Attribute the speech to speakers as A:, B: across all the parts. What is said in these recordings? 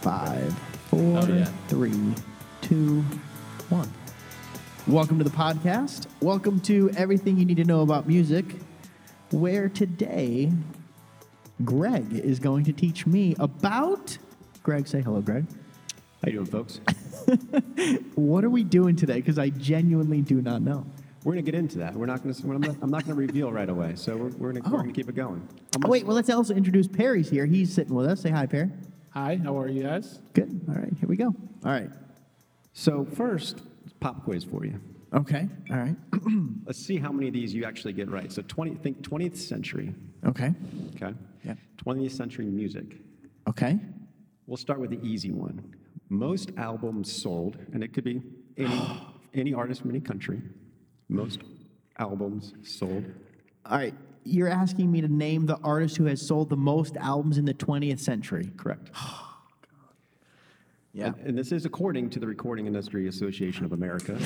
A: Five, four,
B: Oh, yeah.
A: three, two, one. Welcome to the podcast. Welcome to everything you need to know about music, where today Greg is going to teach me about. Greg, say hello, Greg.
B: How you doing, folks?
A: What are we doing today? Because I genuinely do not know.
B: We're gonna get into that. We're not gonna. We're not, I'm not gonna reveal right away. So we're, we're, gonna, we're gonna keep it going.
A: Oh, wait, well, let's also introduce Perry's here. He's sitting with us. Say hi, Perry.
C: Hi, how are you guys?
A: Good. All right, here we go. All right.
B: So first, pop quiz for you.
A: Okay. All right.
B: Let's see how many of these you actually get right. So 20. Think 20th century.
A: Okay.
B: Okay.
A: Yeah.
B: 20th century music.
A: Okay.
B: We'll start with the easy one. Most albums sold, and it could be any any artist from any country. Most albums sold.
A: All right. You're asking me to name the artist who has sold the most albums in the 20th century.
B: Correct. And, and this is according to the Recording Industry Association of America.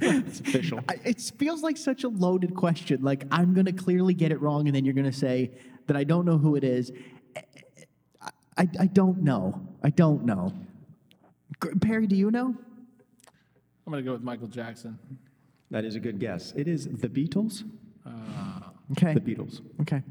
B: it's official.
A: I, it feels like such a loaded question. Like, I'm going to clearly get it wrong, and then you're going to say that I don't know who it is. I, I, I don't know. I don't know. Gr- Perry, do you know?
C: I'm gonna go with Michael Jackson.
B: That is a good guess. It is the Beatles.
A: Okay.
B: The Beatles.
A: Okay.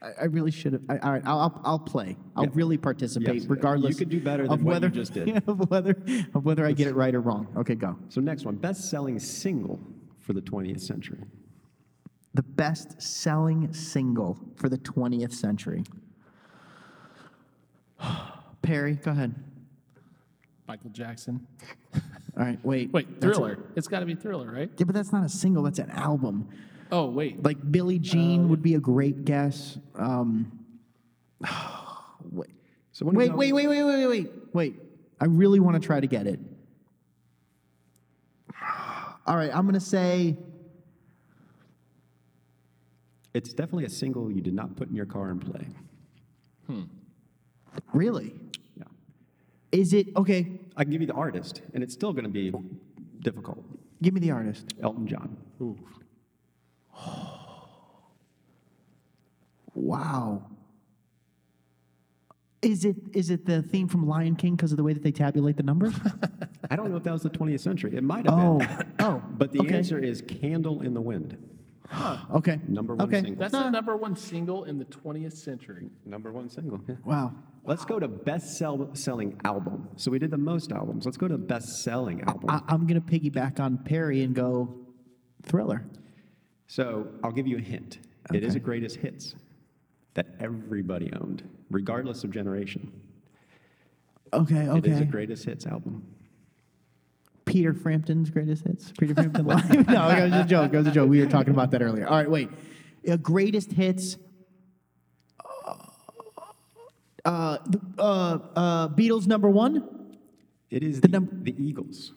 A: I, I really should have. I, all right, I'll, I'll, I'll play. I'll
B: Yeah.
A: really participate,
B: Yes.
A: regardless.
B: You could do better than
A: of
B: what you
A: whether,
B: just did.
A: Yeah, of whether of whether I get it right or wrong. Okay, go.
B: So next one, best-selling single for the 20th century.
A: The best-selling single for the 20th century. Perry, go ahead.
C: Michael Jackson.
A: All right, wait.
C: Wait,
A: That's a-
C: Thriller. It's gotta be Thriller, right?
A: yeah, but that's not a single. That's an album.
C: Oh, wait.
A: Like Billie Jean
C: Oh.
A: would be a great guess. Um, wait,
B: So when
A: wait, wait, wait, wait, wait, wait, wait. I really want to try to get it. All right, I'm gonna say
B: It's definitely a single you did not put in your car and play.
A: really.
B: Yeah.
A: Is it okay?
B: I can give you the artist, and it's still going to be difficult.
A: Give me the artist.
B: Elton John.
C: Ooh.
A: Wow. Is it is it the theme from Lion King because of the way that they tabulate the numbers?
B: I don't know if that was the 20th century. It might have
A: oh,
B: been.
A: oh.
B: But the
A: okay.
B: answer is Candle in the Wind.
A: Okay.
B: Number one
A: okay.
B: single.
C: That's the number one single in the 20th century.
B: Number one single. yeah.
A: Wow.
B: Let's go to best sell- selling album. So we did the most albums. Let's go to best selling album.
A: I, I'm gonna piggyback on Perry and go Thriller.
B: so I'll give you a hint. It is a greatest hits that everybody owned, regardless of generation.
A: Okay. Okay.
B: It is a greatest hits album.
A: Peter Frampton's greatest hits. Peter Frampton live. no, it was a joke. It was a joke. We were talking about that earlier. All right, wait. Uh, greatest hits. Uh, the- uh, uh, Beatles number one.
B: It is
A: The
B: the,
A: num-
B: the Eagles.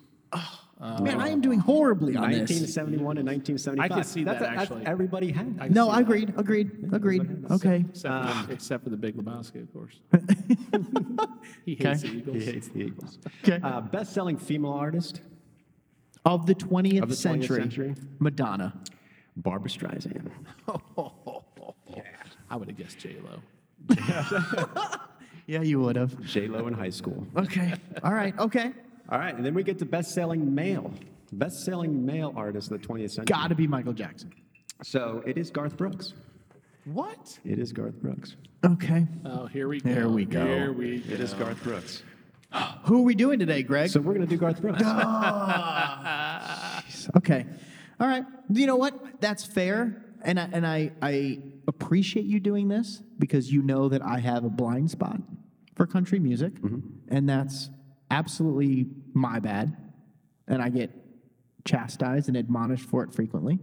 A: Man, I am doing horribly on this.
B: 1971 and 1975.
C: I could see
B: That's
C: that,
B: a- that's-
C: actually.
B: everybody had that.
C: I
A: No,
C: see
A: I
C: that.
A: agreed. Agreed. Agreed. Okay. Ah.
C: Except, for, except for the Big Lebowski, of course. he hates the Eagles.
B: He hates the Eagles.
A: Okay.
B: Uh, best selling female artist,
A: Of the 20th,
B: Of the 20th
A: century,
B: century.
A: Madonna.
B: Barbara Streisand.
C: I would have guessed J Lo.
A: Yeah, you would have.
B: J-Lo in high school.
A: Okay. All right. Okay.
B: All right, and then we get to best selling male. Best selling male artist of the 20th century.
A: Gotta be Michael Jackson.
B: So it is Garth Brooks.
C: What?
B: It is Garth Brooks.
A: Okay.
C: Oh, here we go.
A: There we go.
C: Here we
B: It
C: go.
B: is Garth Brooks.
A: Who are we doing today, Greg?
B: So we're going to do Garth Brooks.
A: Okay. All right. You know what? That's fair. And I, and I, I appreciate you doing this because you know that I have a blind spot for country music. And that's absolutely my bad. And I get chastised and admonished for it frequently.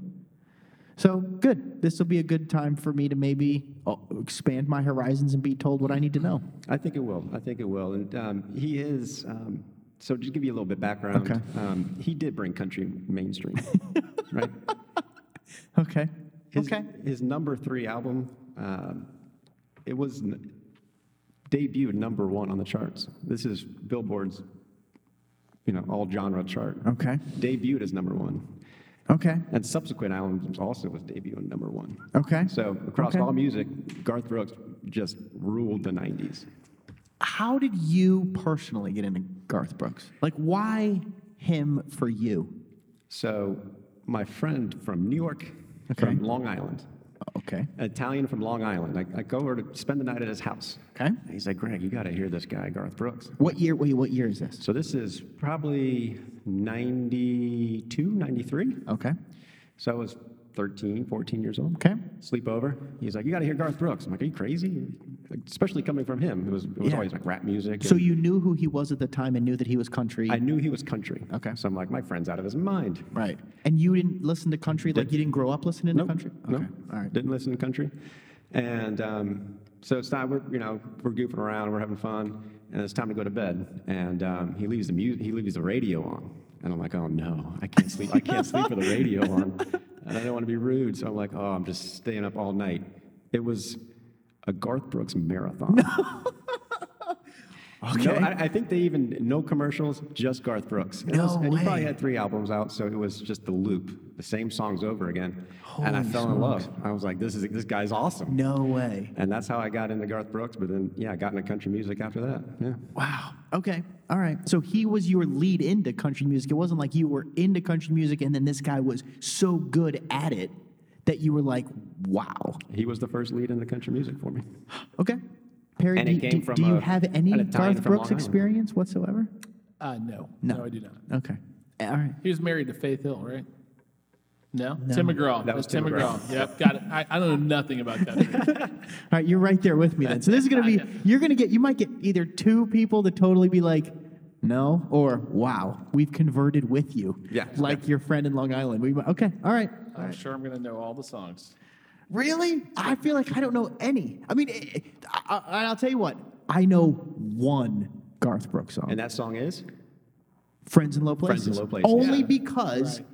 A: So good. This will be a good time for me to maybe uh, expand my horizons and be told what I need to know.
B: I think it will. I think it will. And um, he is. Um, so just give you a little bit background.
A: Okay.
B: Um, he did bring country mainstream, right?
A: Okay.
B: His,
A: okay.
B: His number three album, um, it was n- debuted number one on the charts. This is Billboard's, you know, all genre chart.
A: Okay.
B: Debuted as number one,
A: Okay.
B: and subsequent albums also was debut in number one.
A: Okay.
B: So across
A: Okay.
B: all music, Garth Brooks just ruled the '90s.
A: How did you personally get into Garth Brooks? Like, why him for you?
B: So, my friend from New York,
A: Okay.
B: from Long Island,
A: Okay.
B: an Italian from Long Island, I, I go over to spend the night at his house.
A: Okay.
B: And he's like, Greg, you got to hear this guy, Garth Brooks.
A: What year? Wait, what year is this?
B: So, this is probably 92, 93.
A: Okay.
B: So, I was 13, 14 years old.
A: Okay.
B: Sleepover. He's like, you got to hear Garth Brooks. I'm like, are you crazy? Like, especially coming from him. It was, it was
A: Yeah.
B: always like rap music.
A: So
B: and-
A: you knew who he was at the time and knew that he was country,
B: I knew he was country.
A: Okay.
B: So I'm like, my friend's out of his mind.
A: right? And you didn't listen to country, like you didn't grow up listening
B: Nope.
A: to country.
B: Nope.
A: Okay. All right.
B: Didn't listen to country. And um, so it's time, we're, you know, we're goofing around, we're having fun, and it's time to go to bed. And um, he leaves the mu- he leaves the radio on. And I'm like, oh no, I can't sleep. I can't sleep with the radio on. And I don't want to be rude. So I'm like, oh, I'm just staying up all night. It was a Garth Brooks marathon. No,
A: Okay.
B: I, I think they even no commercials, just Garth Brooks. And it was-
A: No
B: and he
A: way.
B: probably had three albums out, so it was just the loop, the same songs over again. and I
A: Holy
B: fell in love. I was like, this is this guy's awesome.
A: No way.
B: And that's how I got into Garth Brooks. But then, yeah, I got into country music after that. Yeah.
A: Wow. Okay. All right. So he was your lead into country music. It wasn't like you were into country music and then this guy was so good at it that you were like, wow.
B: He was the first lead into country music for me.
A: Okay. Perry,
B: And
A: do,
B: it came
A: do-
B: from
A: do you
B: a-
A: have any
B: an
A: Garth
B: Italian from
A: Brooks
B: Long Island.
A: experience whatsoever?
C: Uh, no,
A: No.
C: no, I do not.
A: Okay. All right.
C: He was married to Faith Hill, right? No, Tim McGraw.
B: That was
C: That's Tim
B: Tim
C: McGraw. yep, got it. I, I don't know nothing about that.
A: All right. You're right there with me then. So this is going to be, you're going to get, you might get either two people to totally be like, no, or wow, we've converted with you.
B: Yeah.
A: Like your friend in Long Island. We, might- okay. All right.
C: I'm sure I'm gonna know all the songs.
A: Really? I feel like I don't know any. I mean, I, I, I- I'll tell you what. I know one Garth Brooks song,
B: And that song is
A: "Friends in Low Places."
B: Friends in Low Places.
A: Only
C: Yeah.
A: because
C: Right.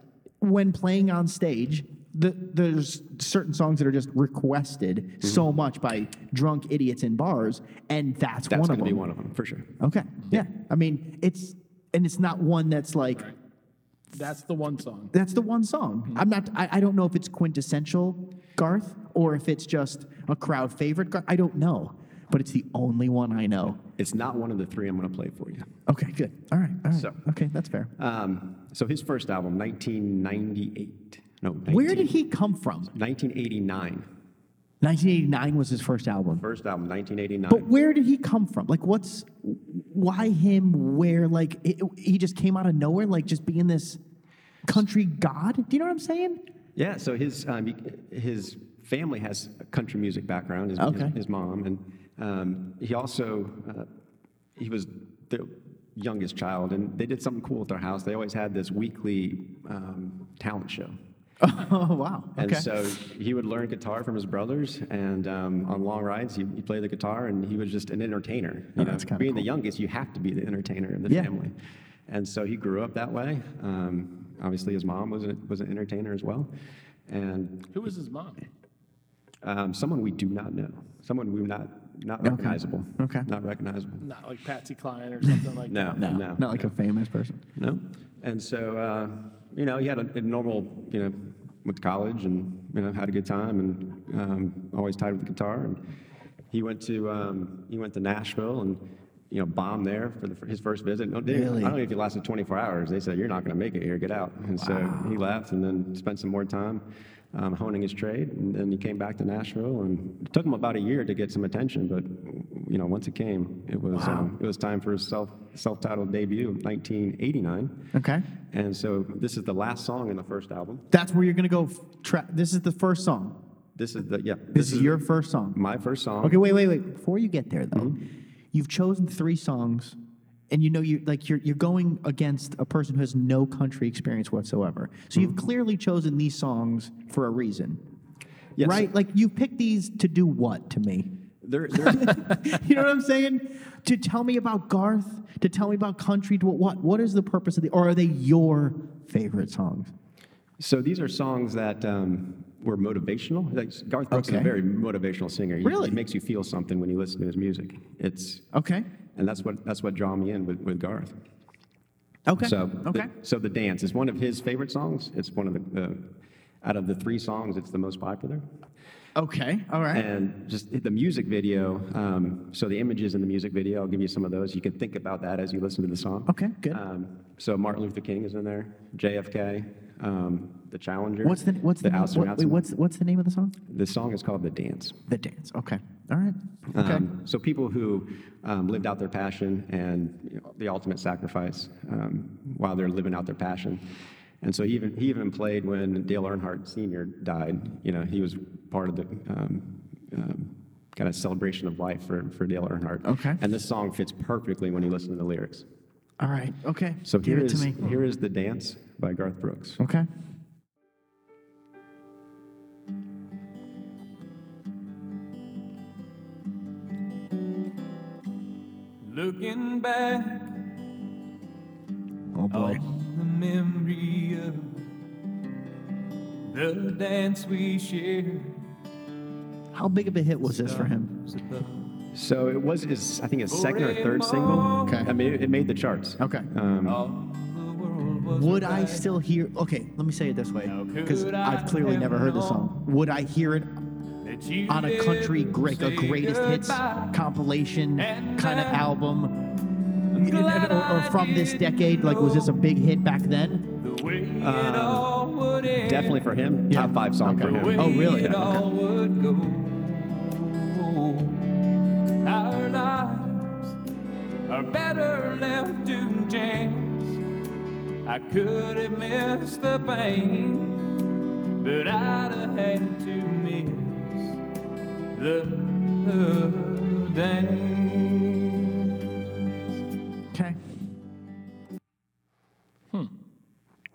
A: when playing on stage, the, there's certain songs that are just requested
B: Mm-hmm.
A: so much by drunk idiots in bars, and that's,
B: that's
A: one
B: going
A: of
B: to
A: them.
B: be one of them for sure.
A: Okay. Yeah. I mean, it's and it's not one that's like
C: Right. That's the one song.
A: that's the one song.
B: Mm-hmm.
A: I'm not. I, I don't know if it's quintessential Garth or if it's just a crowd favorite. Garth. I don't know, but it's the only one I know.
B: It's not one of the three I'm going to play for you.
A: Okay, good. All right. All right.
B: So-
A: okay, that's fair.
B: Um, so his first album, 1998. No, 19,
A: Where did he come from?
B: 1989.
A: 1989 was his first album.
B: First album, 1989.
A: But where did he come from? Like, what's why him? Where like it, he just came out of nowhere? Like just being this country god? Do you know what I'm saying?
B: Yeah, so his um, he- his family has a country music background. His,
A: Okay.
B: his, his mom, and um, he also uh, he was the youngest child, and they did something cool at their house. They always had this weekly um, talent show,
A: Oh wow.
B: and so he would learn guitar from his brothers. And um, on long rides, he, he played the guitar, and he was just an entertainer. You
A: Oh, that's kinda
B: being
A: cool.
B: the youngest, you have to be the entertainer of the
A: Yeah.
B: family, and so he grew up that way. Um, obviously, his mom was a, was an entertainer as well. And
C: Who was his mom?
B: um, someone we do not know. Someone we not not recognizable.
A: Okay.
B: Not recognizable.
C: Not like Patsy Cline or something like
B: No.
C: that.
A: no,
B: no,
A: not like a famous person.
B: No. And so uh, you know, he had a, a normal you know went to college and you know had a good time and um, always tied with the guitar. And he went to um, he went to Nashville and. You know, bombed there for the, for his first visit. No, they-
A: Really?
B: I don't know if he lasted 24 hours. They said, "You're not going to make it here. Get out." And so he left, and then spent some more time um, honing his trade. And then he came back to Nashville, and it took him about a year to get some attention. But you know, once it came, it was um, it was time for his self self-titled debut, 1989.
A: Okay.
B: And so this is the last song in the first album.
A: That's where you're gonna go. f- Tra- this is the first song.
B: This is the yeah.
A: This, is, your first song.
B: my first song. Mm-hmm.
A: Okay, wait, wait, wait. Before you get there, though, you've chosen three songs, and you know you like you're you're going against a person who has no country experience whatsoever. So
B: Mm-hmm.
A: you've clearly chosen these songs for a reason,
B: Yes.
A: right? Like you picked these to do what to me?
B: There, there,
A: you know what I'm saying? To tell me about Garth, to tell me about country. To what? What is the purpose of the? Or are they your favorite songs?
B: so these are songs that um, were motivational. Like Garth Brooks is
A: Okay.
B: a very motivational singer. He,
A: Really?
B: he makes you feel something when you listen to his music. It's
A: Okay.
B: and that's what that's what draw me in with, with Garth.
A: Okay.
B: So
A: okay.
B: The, so the dance is one of his favorite songs. It's one of the uh, out of the three songs, it's the most popular.
A: Okay. All right.
B: And just the music video, um, so the images in the music video, I'll give you some of those. You can think about that as you listen to the song.
A: Okay, good.
B: Um, so Martin Luther King is in there, JFK, um, the Challenger.
A: what's the what's the, name- what-
B: astronauts
A: wait,
B: in there.
A: what's what's the name of the song?
B: The song is called The Dance.
A: The dance. Okay. All right. Okay.
B: Um, so people who um, lived out their passion and you know, the ultimate sacrifice um, while they're living out their passion. And so he even he even played when Dale Earnhardt Sr. died. You know, he was part of the um, um, kind of celebration of life for, for Dale Earnhardt.
A: Okay.
B: And this song fits perfectly when you listen to the lyrics.
A: All right. Okay.
B: So
A: give
B: here
A: it to
B: is
A: me.
B: here is the dance by Garth Brooks.
A: Okay.
D: Looking back
A: Oh boy.
D: on the memory of the dance we shared.
A: How big of a hit was this for him?
D: Stars above.
B: So it was his I think his second or third single.
A: Okay.
B: I mean it, it made the charts.
A: Okay.
B: Um,
D: All the world was
A: Would
D: a
A: I
D: light.
A: still hear? Okay, let me say it this way, because
D: could I
A: I've clearly
D: have
A: never heard the song. Would I hear it
D: That you
A: on a country
D: didn't
A: great, a
D: say
A: greatest hits
D: goodbye.
A: compilation
D: And
A: kind of
D: I-
A: album?
D: glad
A: Or, or from this
D: I
A: decade, like was this a
D: didn't
A: big hit back then?
D: The way it
A: Uh,
D: all would end.
B: Definitely for him,
A: Yeah.
B: top five song
A: Okay.
B: for
D: The
B: him.
D: way
A: Oh, really?
D: It
A: Yeah, okay.
D: all would go. Our lives are better left to chance. I could have missed the pain, but I'd have had to miss the day.
A: Okay. Hmm.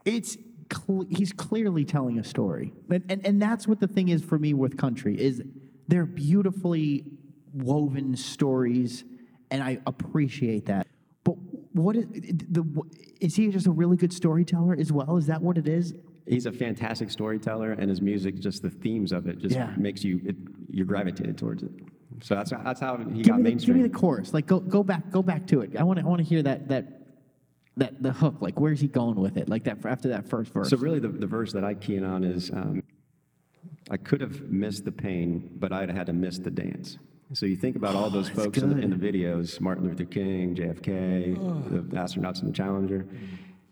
A: It's cle he's clearly telling a story, and, and and that's what the thing is for me with country is they're beautifully woven stories, and I appreciate that. But what is the is he just a really good storyteller as well? Is that what it is?
B: He's a fantastic storyteller, and his music, just the themes of it, just
A: Yeah.
B: makes you it, you gravitated towards it. So that's that's how he
A: Give
B: got
A: me, the, give
B: mainstream.
A: me the chorus. Like go go back go back to it. I want to I want to hear that that that the hook. Like where's he going with it? Like that after that first verse.
B: so really, the, the verse that I key in on is, um, I could have missed the pain, but I'd had to miss the dance. So you think about all those
A: Oh, that's
B: folks in the, in the
A: good. Oh.
B: videos, Martin Luther King, JFK, the astronauts in the Challenger.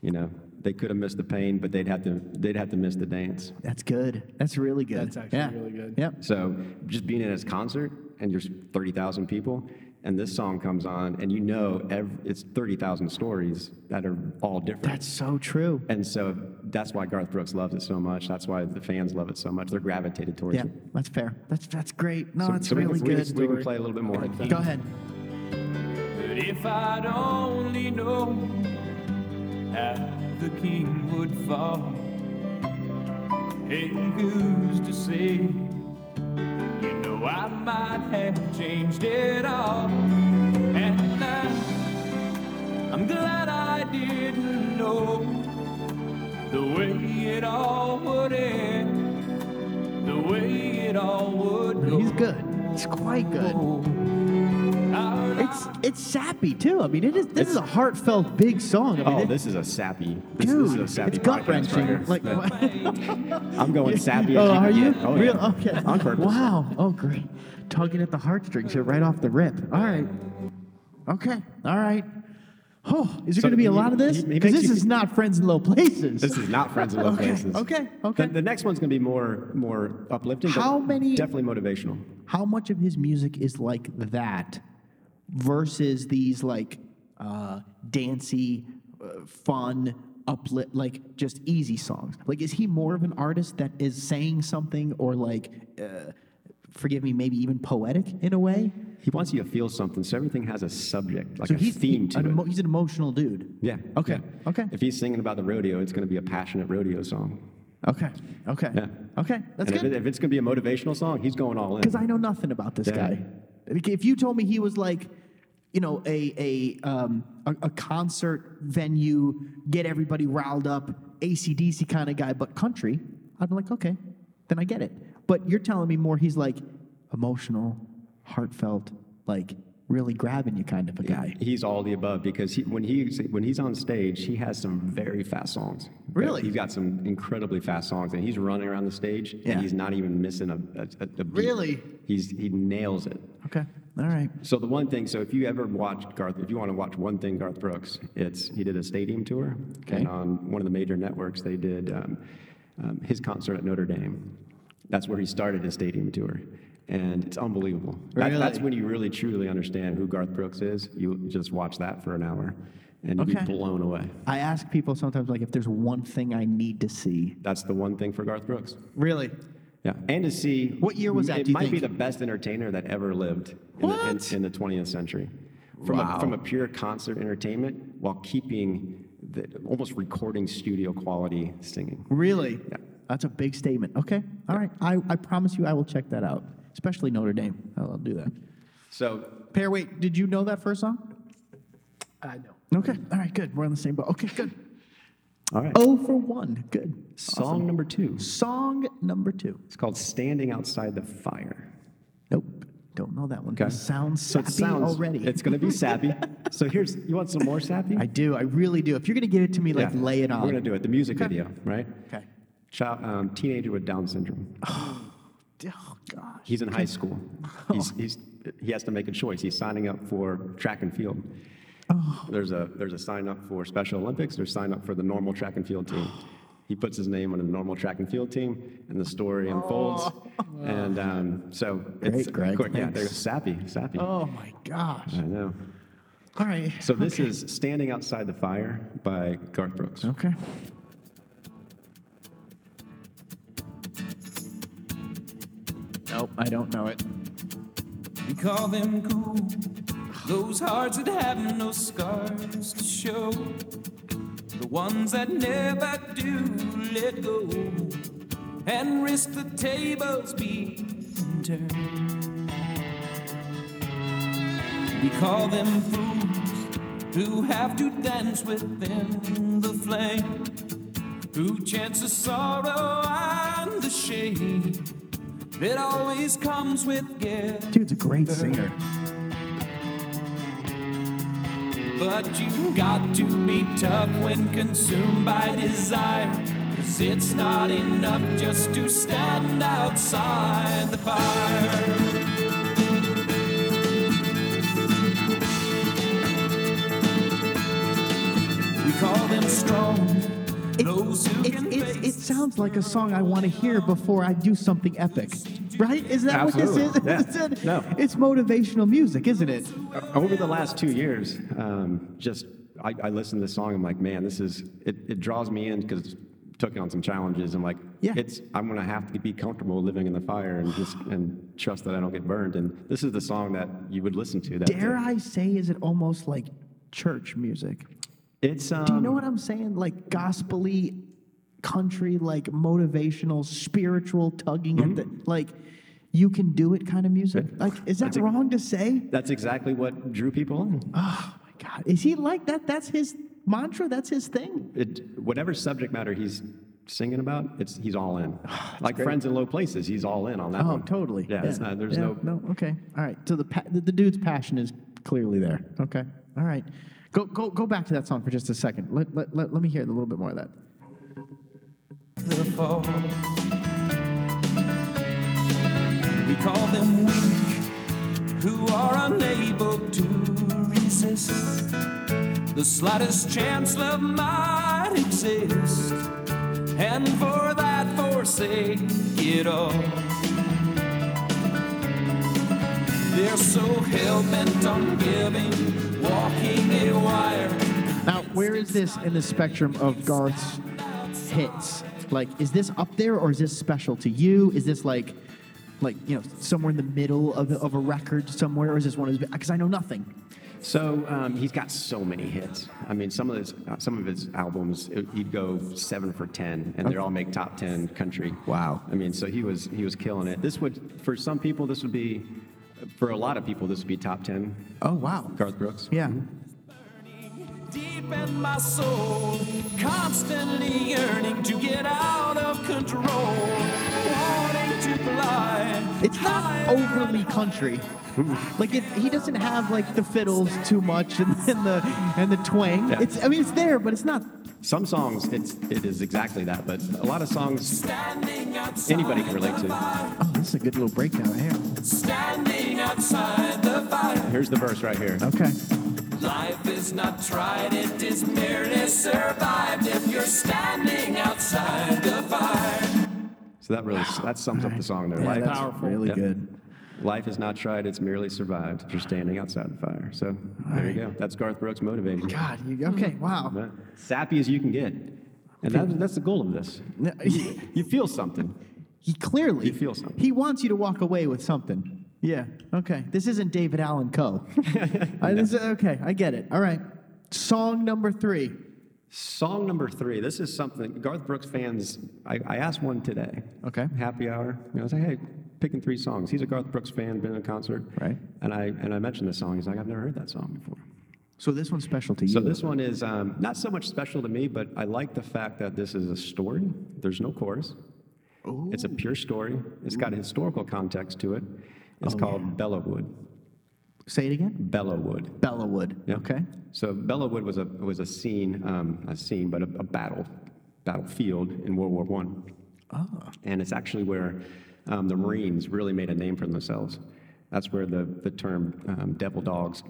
B: You know, they could have missed the pain, but they'd have to they'd have to miss the dance.
A: That's good. That's really good.
C: That's actually
A: Yeah.
C: really good.
A: Yep.
B: So just being at his concert and there's 30,000 people and this song comes on and you know ev it's 30,000 stories that are all different.
A: That's so true.
B: and so that's why Garth Brooks loves it so much. That's why the fans love it so much. They're gravitated towards
A: Yeah,
B: it.
A: that's fair. That's that's great. No,
B: So-
A: that's
B: so we can-
A: really
B: we can,
A: good.
B: we can play a little bit more.
A: Go ahead.
D: But if I'd only known how the king would fall, hey, who's to say? You know, I might have changed it all. And I, I'm glad I didn't know the way it all would end, the way it all would go.
A: He's good. It's quite good.
D: Our
A: It's it's sappy too. I mean, it is. This is a heartfelt, big song. I mean,
B: Oh,
A: it-
B: this is a sappy. This, this
A: dude,
B: is a sappy
A: it's gut
B: podcast right
A: wrenching.
B: here.
A: like, what?
B: I'm going sappy. as
A: oh,
B: you
A: are
B: can
A: you?
B: get. Oh,
A: Real?
B: yeah.
A: Okay.
B: On purpose.
A: Wow. Oh, great. Tugging at the heartstrings here right off the rip. All right. Okay. All right. Oh, is there
B: So
A: going to be a
B: he-
A: lot of this?
B: he- he
A: Because
B: makes
A: this
B: you-
A: is not friends in low places.
B: This is not friends in low
A: Okay,
B: places.
A: okay,
B: The-
A: okay.
B: The, next one's going to be more more uplifting. but
A: How many-
B: Definitely motivational.
A: how much of his music is like that versus these like uh, dancey, uh, fun, uplift, like just easy songs? Like, is he more of an artist that is saying something or like, uh, forgive me, maybe even poetic in a way?
B: He wants you to feel something, so everything has a subject, like
A: so
B: a
A: he's
B: theme
A: he-
B: to
A: an
B: it.
A: emo- he's an emotional dude.
B: yeah.
A: Okay,
B: yeah.
A: okay.
B: If he's singing about the rodeo, it's going to be a passionate rodeo song.
A: Okay. Okay.
B: Yeah.
A: Okay. That's
B: and
A: good.
B: If, it- if it's going to be a motivational song, he's going all in.
A: because I know nothing about this
B: Yeah.
A: guy. Like, If you told me he was like, you know, a a um, a, a concert venue, get everybody riled up, ACDC kind of guy, but country, I'd be like, okay, then I get it. But you're telling me more. He's like emotional, heartfelt, like really grabbing you kind of a guy.
B: He's all the above because he, when he's when he's on stage, he has some very fast songs.
A: Really?
B: he's got some incredibly fast songs, and he's running around the stage,
A: Yeah.
B: and he's not even missing a, a, a a beat.
A: Really?
B: He's he nails it.
A: Okay. All right.
B: So the one thing, so if you ever watched Garth, if you want to watch one thing, Garth Brooks, it's he did a stadium tour,
A: Okay.
B: and on one of the major networks, they did um, um, his concert at Notre Dame. That's where he started his stadium tour, and it's unbelievable. That- that's
A: Really?
B: when you really truly understand who Garth Brooks is. You just watch that for an hour, and you'll
A: Okay.
B: be blown away.
A: I ask people sometimes like if there's one thing I need to see.
B: That's the one thing for Garth Brooks.
A: Really?
B: Yeah, and to see
A: What year was that,
B: It
A: do you
B: might be
A: think?
B: the best entertainer that ever lived in,
A: What?
B: The, in, in the 20th century, from,
A: Wow.
B: a, from a pure concert entertainment while keeping the almost recording studio quality singing.
A: Really?
B: Yeah.
A: That's a big statement. Okay. All right. I, I promise you I will check that out. Especially Notre Dame. I'll, I'll do that.
B: So
A: Pear, wait, did you know that first song?
C: I know.
A: Okay. All right, good. We're on the same boat. Okay, good.
B: all right,
A: Oh for one. Good.
B: song number two.
A: Song number two.
B: It's called "Standing Outside the Fire."
A: Nope. Don't know that one.
B: Okay.
A: It sounds
B: So
A: sappy
B: it sounds
A: already.
B: It's going to be sappy. so here's you want some more sappy?
A: I do. I really do. If you're gonna give it to me, like
B: Yeah.
A: lay it on.
B: We're going to do it. The music video, right?
A: Okay.
B: Child, um, teenager with Down syndrome.
A: Oh gosh.
B: He's in high school. He's, he's, he has to make a choice. He's signing up for track and field. There's, a, there's a sign up for Special Olympics, there's sign up for the normal track and field team. He puts his name on the normal track and field team, and the story unfolds. And um, so it's
A: Great, Greg.
B: quick. Yeah, they're
A: Thanks.
B: sappy, sappy.
A: Oh my gosh.
B: I know.
A: All right.
B: So this is Standing Outside the Fire by Garth Brooks.
A: Okay. Nope, I don't know it.
D: We call them cool. Those hearts that have no scars to show. The ones that never do let go and risk the tables being turned. We call them fools who have to dance within the flame, who chance the sorrow and the shame that always comes with guilt.
A: Dude's a great singer.
D: But you got to be tough when consumed by desire. 'Cause it's not enough just to stand outside the fire. We call them strong. Those who
A: It,
D: can
A: it, it
D: face
A: sounds like a song I want to hear before I do something epic. Right? Is that what
B: Absolutely,
A: this is?
B: yeah.
A: It's-
B: No.
A: It's motivational music, isn't it?
B: Uh, Over the last two years, um, just I, I listen to this song. I'm like, man, this is it. it draws me in because took on some challenges. I'm like,
A: Yeah.
B: it's I'm gonna have to be comfortable living in the fire and just and trust that I don't get burned. And this is the song that you would listen to. That
A: Dare I say, is it almost like church music?
B: It's um,
A: Do you know what I'm saying? Like gospely, country, like motivational, spiritual, tugging at the like you can do it kind of music. Like, is that
B: Mm-hmm. That's a-
A: wrong to say?
B: that's exactly what drew people in.
A: Oh my God, is he like that? That's his mantra. That's his thing.
B: It, whatever subject matter he's singing about, it's he's all in. like friends in low places, he's all in on that.
A: Oh,
B: one.
A: totally.
B: Uh-huh. Yeah, It's not, there's
A: Yeah,
B: no
A: no. Okay, all right. So the, pa- the the dude's passion is clearly there. Okay, all right. Go go go back to that song for just a second. Let let let, let me hear a little bit more of that.
D: the fall. We call them weak, who are unable to resist. The slightest chance love might exist, and for that forsake it all. They're so hell bent on giving, walking a wire.
A: Now, where is this in the spectrum of Garth's hits? Like, is this up there or is this special to you? Is this like, like you know, somewhere in the middle of, of a record somewhere, or is this one of his? Because I know nothing.
B: So um, he's got so many hits. I mean, some of his uh, some of his albums, it, he'd go seven for ten, and they all make top ten country.
A: Wow.
B: I mean, so he was he was killing it. This would for some people, this would be for a lot of people, this would be top ten.
A: Oh wow.
B: Garth Brooks.
A: Yeah.
D: deep in my soul, constantly yearning to get out of control, wanting to fly.
A: It's not overly country. Like it, he doesn't have like the fiddles too much and, and the and the twang.
B: Yeah.
A: It's I mean it's there, but it's not.
B: Some songs, it's it is exactly that, but a lot of songs
D: Standing outside
B: anybody can relate to.
A: Oh, this is a good little breakdown right here.
D: Standing outside the fire.
B: Here's the verse right here.
A: Okay.
D: Life is not tried, it is merely survived if you're standing outside the fire.
B: So that really that sums up the song there.
A: Yeah,
B: Life,
A: that's
C: Powerful.
A: Really
B: Yep.
A: good.
B: life is not tried; it's merely survived. If you're standing outside the fire. So there you go. That's Garth Brooks motivating.
A: God, you okay? Wow.
B: Right. Sappy as you can get, and that, that's the goal of this. You, you feel something.
A: He clearly
B: You feel something.
A: He wants you to walk away with something. Yeah. Okay. This isn't David Allen Coe. I, this, okay, I get it. All right. Song number three.
B: Song number three. This is something Garth Brooks fans. I, I asked one today.
A: Okay.
B: Happy hour. And I was like, hey, picking three songs. He's a Garth Brooks fan, been in a concert.
A: Right.
B: And I and I mentioned this song. He's like, I've never heard that song before.
A: So this one's special to you.
B: So this one is um, not so much special to me, but I like the fact that this is a story. There's no chorus. It's a pure story. It's got a historical context to it. It's
A: Oh,
B: called Bellowwood.
A: Say it again.
B: Bellowwood.
A: Bella Wood.
B: Yeah.
A: Okay.
B: So Bellowwood was a was a scene, um, a scene, but a, a battle, battlefield in World War One. And it's actually where um, the Marines really made a name for themselves. That's where the the term um, "devil dogs"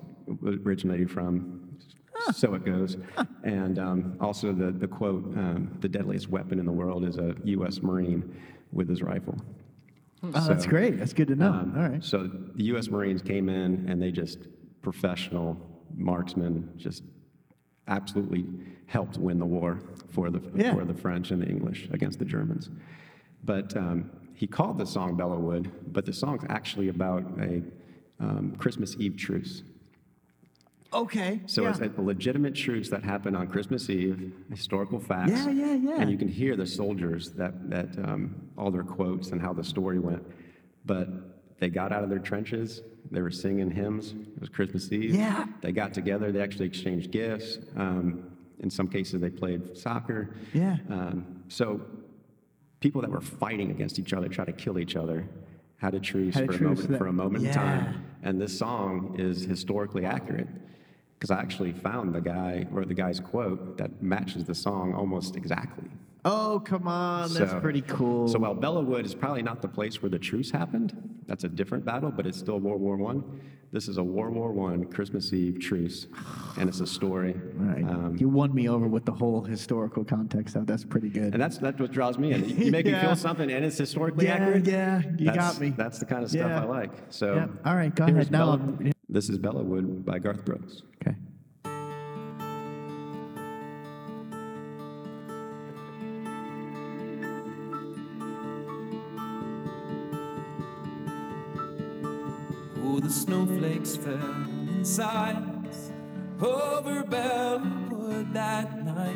B: originated from. So it goes. And um, also the the quote, um, "The deadliest weapon in the world is a U.S. Marine with his rifle."
A: Oh, that's
B: So,
A: great. That's good to know.
B: um,
A: All right.
B: So the U.S. Marines came in and they just professional marksmen just absolutely helped win the war for the
A: Yeah.
B: for the French and the English against the Germans. But um, he called the song Bellowwood, but the song's actually about a um, Christmas Eve truce.
A: Okay.
B: So
A: yeah.
B: it's a legitimate truce that happened on Christmas Eve, historical facts.
A: Yeah, yeah, yeah.
B: And you can hear the soldiers that that um, all their quotes and how the story went, but they got out of their trenches. They were singing hymns. It was Christmas Eve.
A: Yeah.
B: They got together. They actually exchanged gifts. Um, in some cases, they played soccer.
A: Yeah.
B: Um, so people that were fighting against each other, try to kill each other, had a truce
A: Had a
B: for a
A: truce
B: moment
A: that-
B: for a moment in
A: Yeah.
B: time and this song is historically accurate because I actually found the guy or the guy's quote that matches the song almost exactly.
A: oh, come on. That's
B: So-
A: pretty cool.
B: So while Bellawood is probably not the place where the truce happened, that's a different battle, but it's still World War One. This is a World War One Christmas Eve truce, and it's a story.
A: All right.
B: Um,
A: you won me over with the whole historical context, though. That's pretty good.
B: and that's that's what draws me in. You make me
A: Yeah.
B: feel something, and it's historically
A: Yeah,
B: accurate.
A: yeah, you
B: That's-
A: got me.
B: That's the kind of stuff
A: Yeah.
B: I like. So,
A: Yeah. All right, go
B: here's
A: ahead. Now
B: Bella-
A: I'm-
B: this is Bellawood by Garth Brooks.
A: okay.
D: Oh, the snowflakes fell in sighs over Bellwood that night.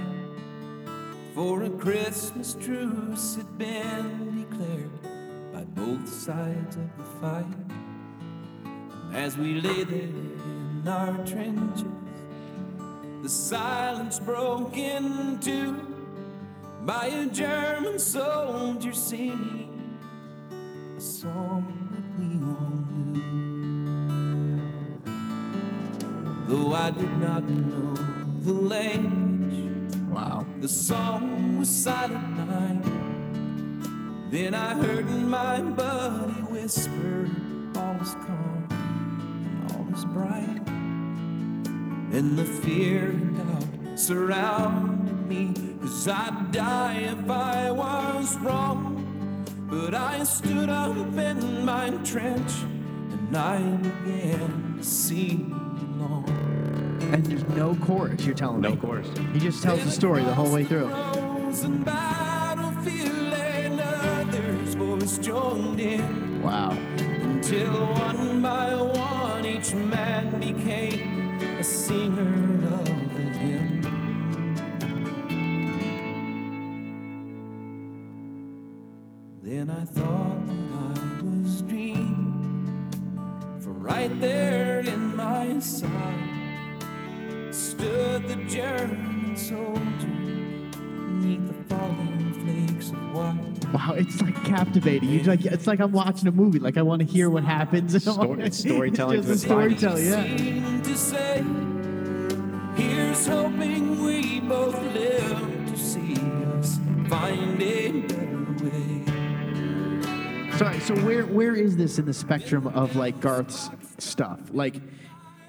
D: For a Christmas truce had been declared by both sides of the fight. As we lay there in our trenches, the silence broke in two by a German soldier singing a song that we all knew. Though I did not know the language,
A: Wow.
D: the song was silent night. Then I heard my buddy whisper, all is calm and all is bright. And the fear and doubt surrounded me, cause I'd die if I was wrong. But I stood up in my trench and I began to sing along.
A: And there's no chorus, you're telling me.
B: No chorus.
A: He just tells the story the whole way through.
D: Across the roads and battlefield and others' voice joined in
A: Wow.
D: until one by one each man became a singer of the hymn. Then I thought that I was dreaming, for right there in my sight stood the German soldier neath the falling flakes of white.
A: Wow, it's like captivating. You like it's like I'm watching a movie. Like I want to hear what happens. and I
B: Story-
A: wanna-
B: it's storytelling
A: Just
B: to its finest.
A: storytelling, yeah.
D: Seemed to say, here's hoping we both live to see us find a better way.
A: Sorry. So where where is this in the spectrum of like Garth's stuff? Like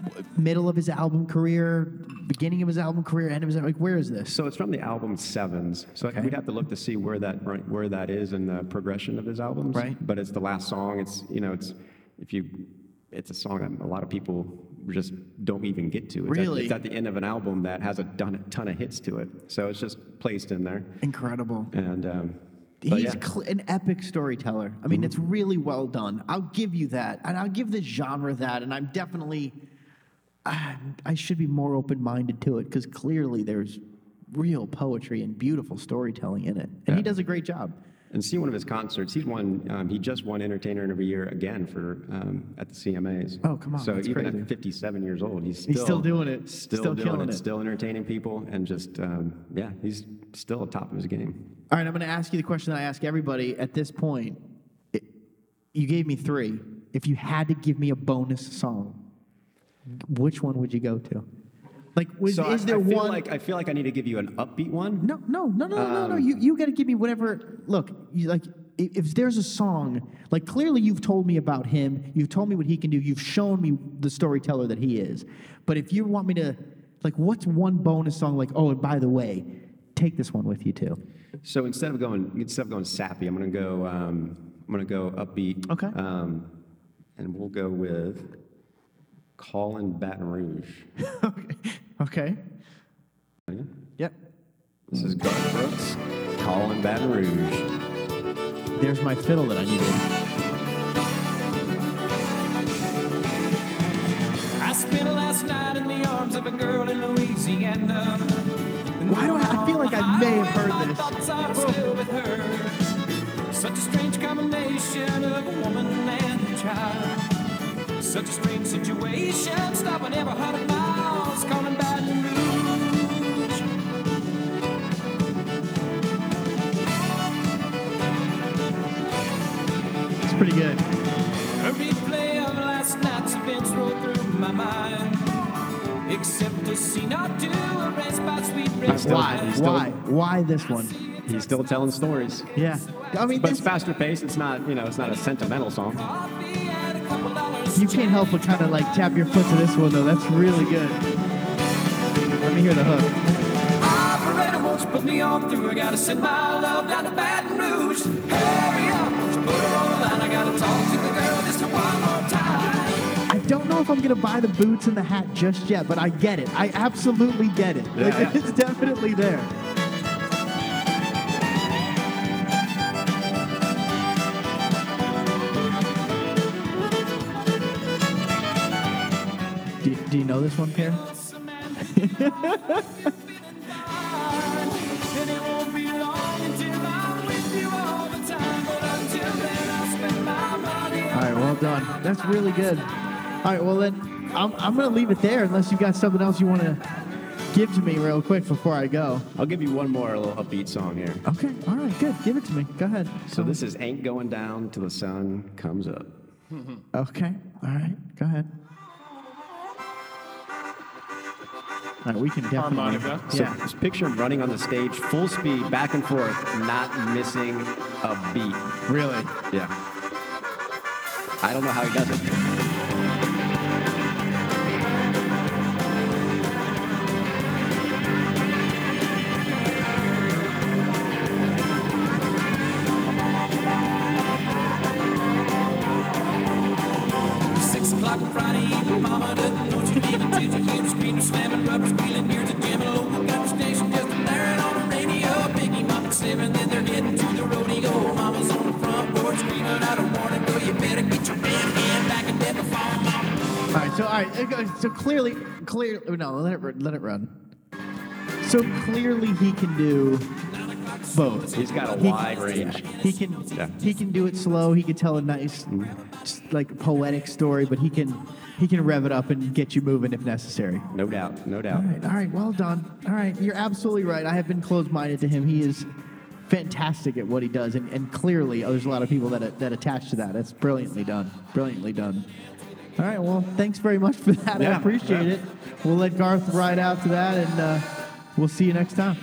A: w- middle of his album career, beginning of his album career, end of his like where is this?
B: So it's from the album Sevens. So I-
A: Okay.
B: we'd have to look to see where that where that is in the progression of his albums.
A: Right.
B: But it's the last song. It's you know it's if you it's a song that a lot of people just don't even get to. It's at-
A: Really?
B: it's at the end of an album that has a ton, ton of hits to it. So it's just placed in there.
A: Incredible.
B: And um, but
A: He's
B: yeah. Mm-hmm.
A: cl- an epic storyteller. I mean, it's really well done. I'll give you that, and I'll give this genre that. And I'm definitely, I, I should be more open-minded to it because clearly there's real poetry and beautiful storytelling in it, and he
B: Yeah.
A: does a great job.
B: and see one of his concerts. He's won. Um, he just won Entertainer of the Year again for um, at the CMAs.
A: Oh, come on,
B: So
A: that's
B: even
A: crazy.
B: at 57 years old, he's still,
A: He's still doing it,
B: Still,
A: still
B: doing
A: killing
B: it,
A: it.
B: Still entertaining people, and just um, yeah, he's still at top of his game.
A: All right, I'm going to ask you the question that I ask everybody at this point. It- you gave me three. If you had to give me a bonus song, which one would you go to? Like, was,
B: so
A: is
B: I,
A: there
B: I feel
A: one?
B: Like, I feel like I need to give you an upbeat one.
A: No, no, no, no, no, no.
B: Um,
A: You you got to give me whatever. Look, you, like i- if there's a song, like clearly you've told me about him. You've told me what he can do. You've shown me the storyteller that he is. But if you want me to, like, what's one bonus song? Like, oh, and by the way, take this one with you too.
B: So instead of going instead of going sappy, I'm gonna go um, I'm gonna go upbeat.
A: Okay.
B: Um, and we'll go with Colin Baton Rouge.
A: Okay. Yep.
B: This is Garth Brooks, Colin Baton Rouge.
A: There's my fiddle that I needed.
D: I spent last night in the arms of a girl in Louisiana.
A: Why do I- I feel like I may have heard
D: My
A: this.
D: thoughts are still with her. Such a strange combination of a woman and a child. Such a strange situation, stopping every hundred miles, calling Baton Rouge.
A: It's pretty good.
D: A replay of last night's events rolled through my mind. Except a scene or two erased by sweet red
B: still-
A: Why?
D: wine.
B: still-
A: Why? Why this one?
B: He's still telling stories.
A: Yeah. I mean,
B: But it's
A: this,
B: faster paced. It's not, you know, it's not a sentimental song.
D: Coffee and a couple dollars.
A: you can't help but kind of like tap your foot to this one though. That's really good. Let me hear the hook.
D: Operator won't you put me on through. I gotta send my love down to Baton Rouge. Hurry up, won't you put her on the line. I gotta talk to the girl just one more time.
A: I don't know if I'm gonna buy the boots and the hat just yet, but I get it. I absolutely get it. Like,
B: Yeah.
A: it's definitely there. Do, do you know this one, Pierre?
D: And it won't be long until I'm with you all the time. But until then, I'll spend my money
A: All right, well done. That's really good. All right, well then, I'm, I'm gonna leave it there unless you've got something else you wanna give to me real quick before I go.
B: I'll give you one more little upbeat song here.
A: Okay, all right, good. Give it to me. Go ahead.
B: So this is Ain't Going Down Till the Sun Comes Up.
A: Okay. All right. Go ahead. All right. We can definitely.
C: Harmonica.
B: So
A: Yeah.
B: just picture him running on the stage, full speed, back and forth, not missing a beat.
A: Really.
B: Yeah. I don't know how he does it.
D: Six o'clock Friday evening, mama doesn't want you leaving till you hear the screamer slamming, rubbers squealing, hear the jam, a local garbage station just blaring on the radio. Biggie mama sniffing, then they're heading to the rodeo. Mama's on the front porch screaming out a warning, girl, you better get your damn hand back and then the phone mama.
A: All right. So all right. it goes- So clearly, clearly, no. Let it run- let it run. So clearly, he can do both.
B: He's got a
A: He-
B: wide range.
A: He can
B: Yeah.
A: he can do it slow. He can tell a nice, just like poetic story, but he can he can rev it up and get you moving if necessary.
B: No doubt. No doubt.
A: All right, all right, well done. All right, you're absolutely right. I have been closed-minded to him. He is fantastic at what he does, and, and clearly oh, there's a lot of people that that attach to that. That's brilliantly done. Brilliantly done. All right, well, thanks very much for that. I
B: Yeah,
A: appreciate
B: yeah.
A: it. We'll let Garth ride out to that, and uh, we'll see you next time.